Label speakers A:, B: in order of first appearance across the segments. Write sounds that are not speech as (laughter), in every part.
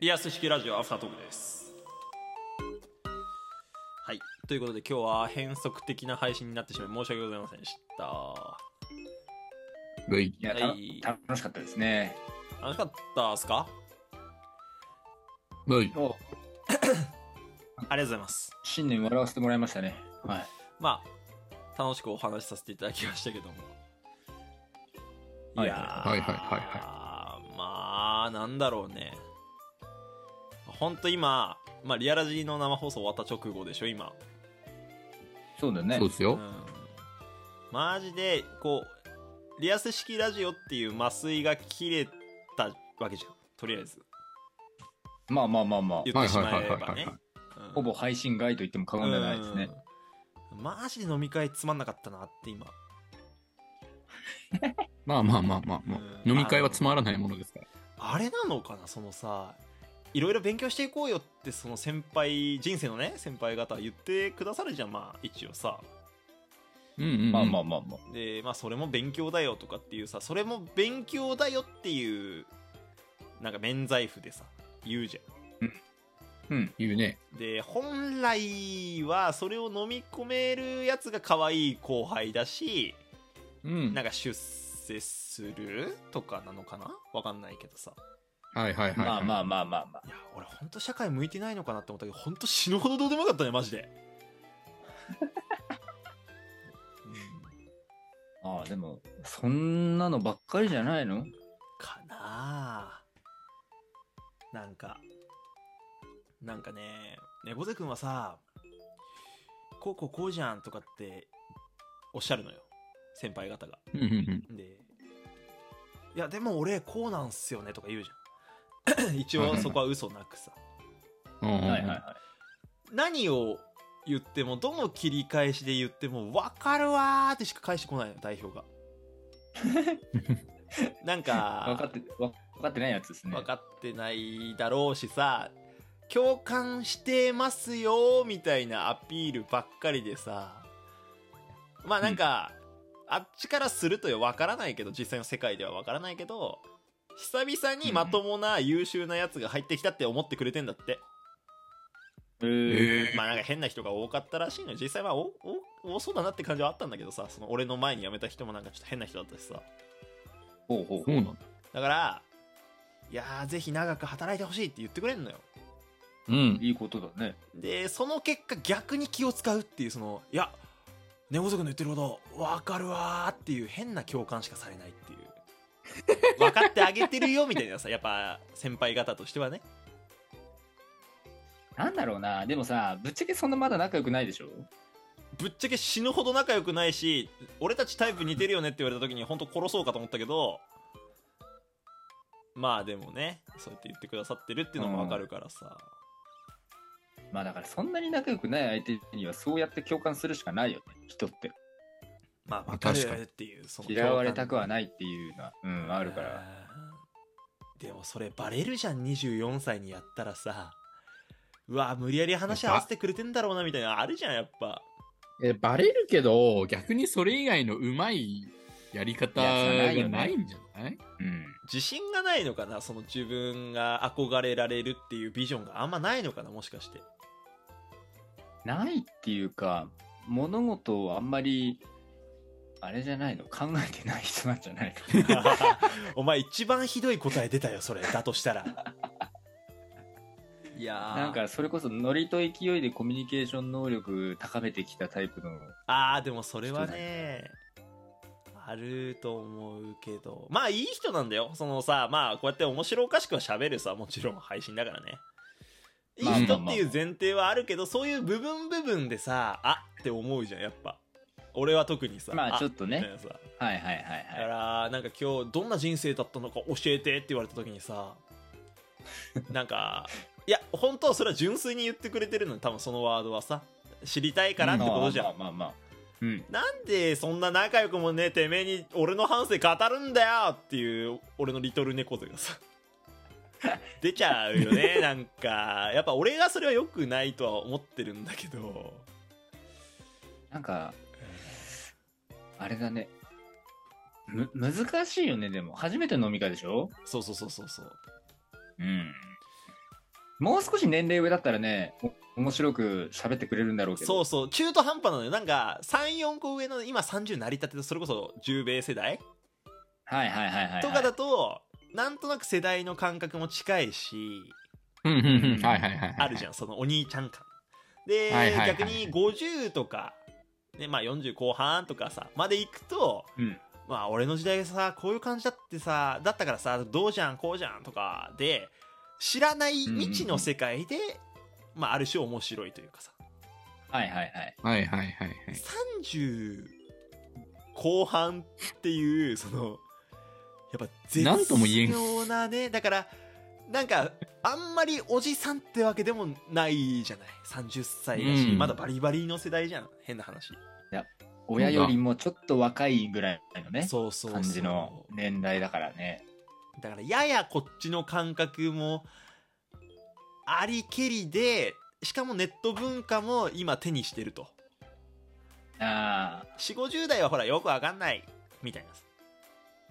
A: リアス式ラジオアフタートークですはいということで今日は変則的な配信になってしまい申し訳ございませんでした
B: ぐい
C: いや、
A: はい
C: た楽しかったですね。
A: 楽しかったっすか
B: ぐい
C: お
A: ありがとうございます
C: 新年笑わせてもらいましたね。はい。
A: まあ楽しくお話しさせていただきましたけどもい
C: はい
A: やー
B: はいはいはい
A: まあなんだろうねほんと今、まあ、リアラジーの生放送終わった直後でしょ今
C: そうだね
B: そう。です
A: う
B: よ。
A: ん、マジでこうリアス式ラジオっていう麻酔が切れたわけじゃんとりあえず
C: まあまあまあまあ。
A: 言ってしまえば
B: はいはいはいはい
A: ね
B: は
A: うん
C: ほぼ配信外と言っても過言ではないですね。
A: うんマジで飲み会つまんなかったなって今
B: まあまあまあまあまあ。
A: うん
B: 飲み会はつまらないものですから。
A: あれなのかなそのさいろいろ勉強していこうよってその先輩人生のね先輩方は言ってくださるじゃんまあ一応さ
B: うんうんうん。
C: まあまあまあまあ。
A: でまあそれも勉強だよとかっていうさそれも勉強だよっていうなんか免罪符でさ言うじゃん
C: うん。
B: 言うね。
A: で本来はそれを飲み込めるやつが可愛い後輩だし
B: うん。
A: なん
B: はい
A: か出世するとかなのかなわかんないけどさ
B: はいはい。
C: まあま
B: あ。
C: あまあまあまあ。
A: いや俺ほんと社会向いてないのかなって思ったけどほんと死ぬほどどうでもよかったねマジで、うん
C: ああ、でも、そんなのばっかりじゃないの
A: かなあなんかなんかね猫背くんはさこうこうこうじゃんとかっておっしゃるのよ先輩方が
B: うんうんうん。
A: で、いや、でも俺、こうなんすよねとか言うじゃん。 (coughs) 一応、そこは嘘なくさ。
B: うんうんうん
C: はいはいはい。
A: 何を言っても、どの切り返しで言っても、わかるわーってしか返してこないの、代表が。なん
C: 分か
A: か、
C: って、わ分かってないやつですね。
A: 分かってないだろうしさ、共感してますよーみたいなアピールばっかりでさ、まあなんか、あっちからするとよ、わからないけど、実際の世界ではわからないけど、久々にまともな優秀なやつが入ってきたって思ってくれてんだって。
C: えー
A: まあなんか変な人が多かったらしいのよ実際はおお多そうだなって感じはあったんだけどさ、その俺の前に辞めた人もなんかちょっと変な人だったしさ。
C: ほうほう
B: そうなんだ。
A: だから、いやーぜひ長く働いてほしいって言ってくれんのよ。
B: うん。
C: いいことだね。
A: で、その結果逆に気を使うっていう、その、いや、猫族の言ってること、わかるわーっていう変な共感しかされないっていう。分かってあげてるよみたいなさ、やっぱ先輩方としてはね。
C: なんだろうな。でもさ、ぶっちゃけそんなまだ仲良くないでしょ
A: ぶっちゃけ死ぬほど仲良くないし、俺たちタイプ似てるよねって言われた時に本当殺そうかと思ったけど、まあでもね、そうやって言ってくださってるっていうのもわかるからさ。
C: まあだからそんなに仲良くない相手にはそうやって共感するしかないよね。人って。
A: まあわかる
B: 確かに
A: っていう、その共感
C: 嫌われたくはないっていうのは、うん、あるから。
A: うんでもそれバレるじゃん24歳にやったらさうわ無理やり話合わせてくれてんだろうなみたいなのあるじゃんやっぱ
B: え、バレるけど、逆にそれ以外のうまいやり方
C: やつはないよ
B: が
C: ね
B: ないんじゃない
C: うん。
A: 自信がないのかなその自分が憧れられるっていうビジョンがあんまないのかなもしか
C: (laughs)
A: して
C: ないっていうか、物事をあんまり、あれじゃないの考えてない人なんじゃないの
A: (laughs) お前一番ひどい答え出たよそれだとしたらいやー
C: なんかそれこそノリと勢いでコミュニケーション能力高めてきたタイプの。
A: ああでもそれはねあると思うけどまあいい人なんだよそのさまあこうやって面白おかしくは喋るさもちろん配信だからねいい
C: まあ
A: 人
C: まあ
A: っ
C: まあ
A: ていう前提はあるけどそういう部分部分でさあって思うじゃんやっぱ俺は特にさ
C: まあちょっ
A: と
C: とね。
A: さ
C: はいはい
A: だ
C: はい
A: か
C: はい。
A: らなんか今日どんな人生だったのか教えてって言われた時にさなんかいや本当はそれは純粋に言ってくれてるの多分そのワードはさ知りたいからってことじゃん
C: まあまあまあまあ。うん。
A: なんでそんな仲良くもねえてめえに俺の反省語るんだよっていう俺のリトル猫背がさ (laughs) 出ちゃうよ
C: (laughs)
A: ねなんかやっぱ俺がそれは良くないとは思ってるんだけど
C: なんか、あれだね。む、難しいよね、でも。初めての飲み会でしょ
A: そうそうそうそうそう
C: うん。もう少し年齢上だったらね、お面白く喋ってくれるんだろうけど。
A: そうそう中途半端なのよなんか34個上の今30なりたてのそれこそ10米世代
C: はいはいはいはい、はい。
A: とかだとなんとなく世代の感覚も近いし
B: うんうんうん。はいはいはい。
A: あるじ
B: ゃん。
A: ゃんそのお兄ちゃん感で、
B: はいはいはい
A: 逆に50とか、ねまあ、40後半とかさまで行くと
C: うん。
A: まあ俺の時代さこういう感じだってさだったからさどうじゃんこうじゃんとかで知らない未知の世界で、まあ、ある種面白いというかさ
C: はいはいはい。
B: はいはいはいはい。
A: 30後半っていうそのやっぱ絶
B: なんとも言えん
A: 妙なねだからなんかあんまりおじさんってわけでもないじゃない30歳だし、
B: うん
A: まだバリバリの世代じゃん変な話
C: 親よりもちょっと若いぐらいのね、
A: そうそうそう
C: 感じの年代だからね。
A: だからややこっちの感覚もありけりでしかもネット文化も今手にしてると
C: あ
A: 4 5 0代はほらよくわかんないみたいなさ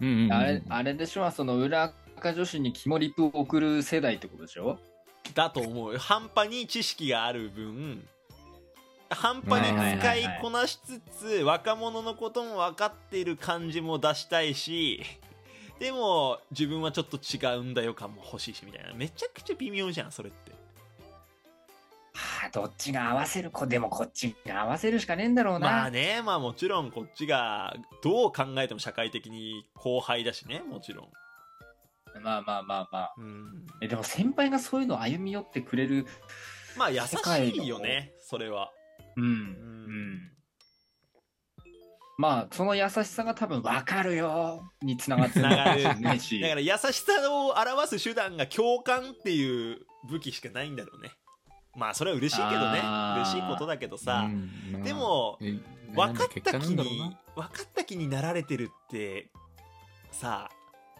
B: うんうんうん。
C: あ、あれ、あれでしょその裏垢女子に肝リプを送る世代ってことでしょ
A: だと思うよ半端に知識がある分半端に使いこなしつつ、若者のことも分かっている感じも出したいしでも自分はちょっと違うんだよ感も欲しいしみたいなめちゃくちゃ微妙じゃんそれって
C: はあ、どっちが合わせる子でもこっちが合わせるしかねえんだろうな。
A: まあねまあもちろんこっちがどう考えても社会的に後輩だしねもちろん
C: まあまあまあまあ。
A: うん
C: えでも先輩がそういうの歩み寄ってくれる。
A: まあ優しいよねそれは
C: うん。
A: ん
C: まあ、その優しさが多分、わかるよにつながって
A: つ
C: る
A: ながる
C: かもしれないし
A: だか。ら優しさを表す手段が共感っていう武器しかないんだろうねまあそれは嬉しいけどね
C: あー
A: 嬉しいことだけどさ、
B: うんまあ
A: でも
B: え
A: 分かっ
B: 悩んだ
A: た
B: 結果な
A: 気
B: んだろうな
A: に分かった気になられてるってさ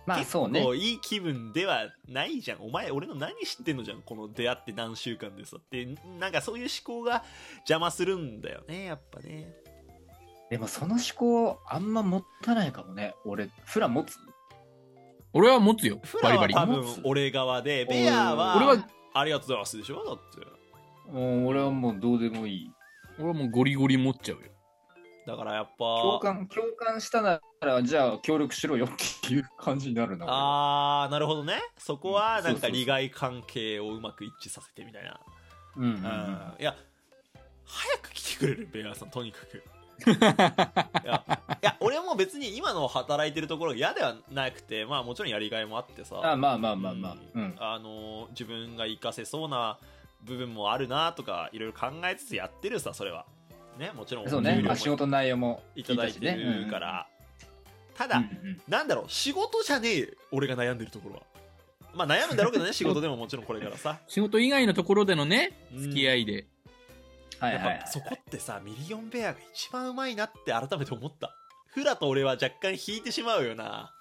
C: まあ、
A: 結
C: そうね。
A: 構いい気分ではないじゃんお前俺の何知ってんのじゃんこの出会って何週間でさってなんかそういう思考が邪魔するんだよねやっぱね
C: でも、その思考、あんま持たないかもね。俺、フラ持つ。
B: 俺は持つよ
A: フ。ラ
B: バリバ
A: は
B: リ。
A: 多
B: 俺
A: 分俺側でベアは
C: おー俺
B: は、
A: ありがとうございますでしょだって
C: うん俺はもうどうでもいい。
B: 俺はもうゴリゴリ持っちゃうよ。
A: だからやっぱ
C: 共感、共感したなら、じゃあ協力しろよっていう感じになるな。俺は
A: あーなるほどねそこは
C: うん
A: なん
C: そ
A: か
C: うそうそう
A: 利害関係をうまく一致させてみたいな
C: うんうんう
A: うんんいや早く来てくれるベアさんとにか
C: (laughs)
A: くいやいや俺も別に今の働いてるところ嫌ではなくてまあもちろんやりがいもあってさ
C: あまあまあまあまあ。
A: う
C: うんん。
A: あのー自分が活かせそうな部分もあるなとかいろいろ考えつつやってるさそれはねもちろん
C: そう
A: お
C: ね
A: 給。料
C: ま
A: も
C: あ仕事の内容も
A: いただいてるか。らただ、
C: うんうんうん
A: なんだろう仕事じゃねえよ俺が悩んでるところはまあ悩むんだろうけど
C: (laughs)
A: ね仕事でももちろんこれからさ
B: 仕事以外のところでのね、
A: うん
B: 付き合いで。
C: はい
A: や
C: はいは
A: っ
C: い
A: ぱ。そこってさミリオンベアが一番うまいなって改めて思ったフラと俺は若干引いてしまうよな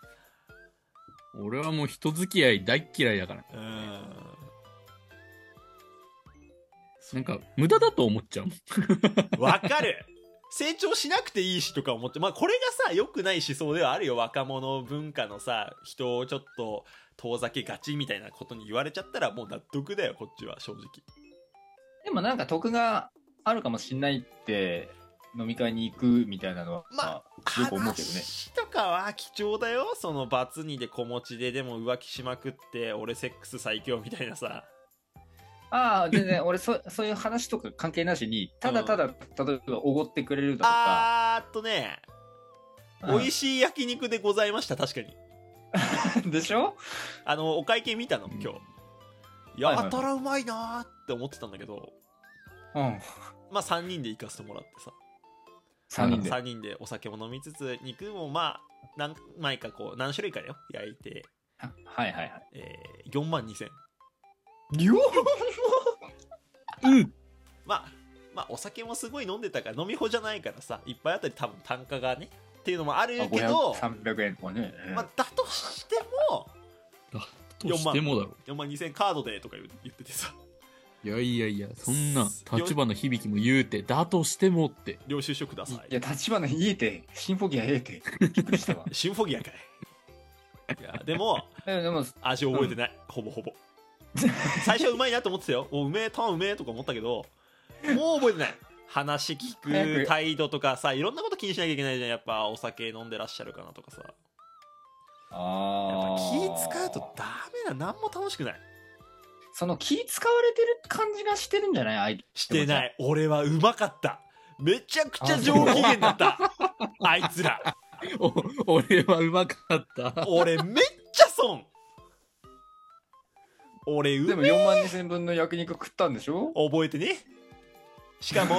B: 俺はもう人付き合い大っ嫌いだから。
A: うん
B: なんか、無駄だと思っちゃうもん。
A: わかる成長しなくていいしとか思ってまあこれがさ良くない思想ではあるよ若者文化のさ人をちょっと遠ざけがちみたいなことに言われちゃったらもう納得だよこっちは正直
C: でもなんか得があるかもしんないって、飲み会に行くみたいなのは、
A: ま
C: よく思うけどね。
A: 話とかは貴重だよそのバツ2で子持ちででも浮気しまくって俺セックス最強みたいなさ
C: ああ、全然俺そ、 (laughs) そういう話とか関係なしに、ただただ、例えばおごってくれるだとか、
A: あーっとね、
C: うん
A: 美味しい焼肉でございました確かに
C: (laughs) でしょ
A: あのお会計見たの今日、
C: はいはい
A: やたらうまいなーって思ってたんだけど
C: うん。
A: まあ3人で行かせてもらってさ
C: 3人で。
A: 3人でお酒も飲みつつ肉もまあ何枚かこう何種類かだよ焼いて、
C: ははいはいはい。
A: えー、4万2000
B: うん。
A: まあ、まあ、お酒もすごい飲んでたから、飲みほじゃないからさ、一杯あたり多分単価がね、っていうのもある
C: まあ
A: けど、
C: 500 300円とかね。
A: まあ、だとしても、
B: としてもだろ。
A: 4万2000カードでとか言う言っててさ、
B: いやいやいや、そんな、立花響きも言うて、だとしてもって。
A: 領収書くださ
C: いや、
A: い。
C: 立花言えて、シンフォギア言えて、びっくりしたわ。
A: (laughs) シンフォギアかい。いや、でも、
C: でも、
A: 味覚えてない、ほぼほぼ。最初うまいなと思ってたよ。おうめえ、ターンうめえとか思ったけど、もう覚えてない。話聞
C: 早
A: く
C: く
A: 態度とかさ、いろんなこと気にしなきゃいけないじゃん。やっぱお酒飲んでらっしゃるかなとかさ。やっぱ
C: あ
A: 気
C: ー
A: 使うとダメな、何も楽しくない。
C: その気使われてる感じがしてるんじゃない相手。
A: してないい。俺はうまかった。めちゃくちゃ上機嫌だった。あいつら。
B: お俺はうまかった。
A: 俺めっちゃ損俺う
C: でも
A: め
C: 4万2千分の焼肉食ったんでしょ
A: 覚えてねしかも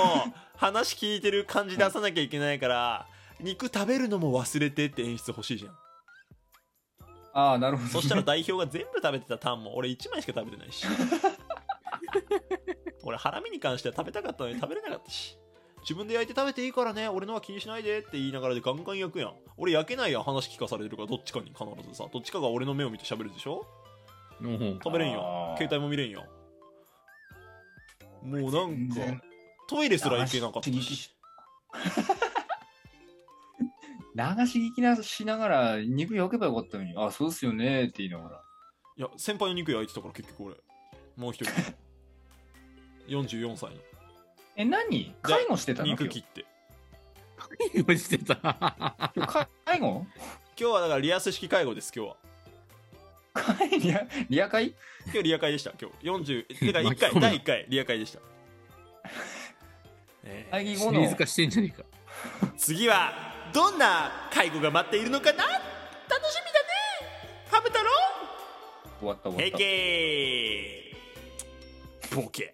A: 話聞いてる感じ出さなきゃいけないから肉食べるのも忘れてって演出欲しいじゃん
C: ああ、なる (laughs) ほど、
A: そしたら代表が全部食べてたタンも俺1枚しか食べてないし俺ハラミに関しては食べたかったのに食べれなかったし自分で焼いて食べていいからね俺のは気にしないでって言いながらでガンガン焼くやん俺焼けないやん話聞かされてるからどっちかに必ずさどっちかが俺の目を見て喋るでしょ
B: うん (laughs)
A: 食べれんよ
C: あー
A: 携帯も見れんよもうなん
C: 全
A: か
C: 然
A: トイレすら行けなかった
C: 流
A: し
C: し聞き流し聞きなしながら肉焼けばよかったのに、あ、そうっすよねって言いながら。
A: いや先輩の肉焼いてたから結局俺もう
C: (laughs)
A: 一人44歳
C: え、何介護してた
A: の
C: の
A: 肉
C: 今
A: 切
C: 日
A: って
B: 何をしてた
C: 今日介
A: 今
C: 護
A: 日はだからリアス式介護です今日は
C: 介リアリア会
A: 今日リア会でした今日40え
B: (laughs)
A: てか1
B: 巻き込
A: 回
B: むな
A: 第1回リア会で
B: (laughs)
A: した、えー
C: 会議
B: シ
C: 後
B: リ
C: の
B: ーズ化してんじゃねえか。
A: 次はどんな介護が待っているのかな楽しみだねハム太郎
C: 終わった終
A: 平
C: わっ
A: 気ボケ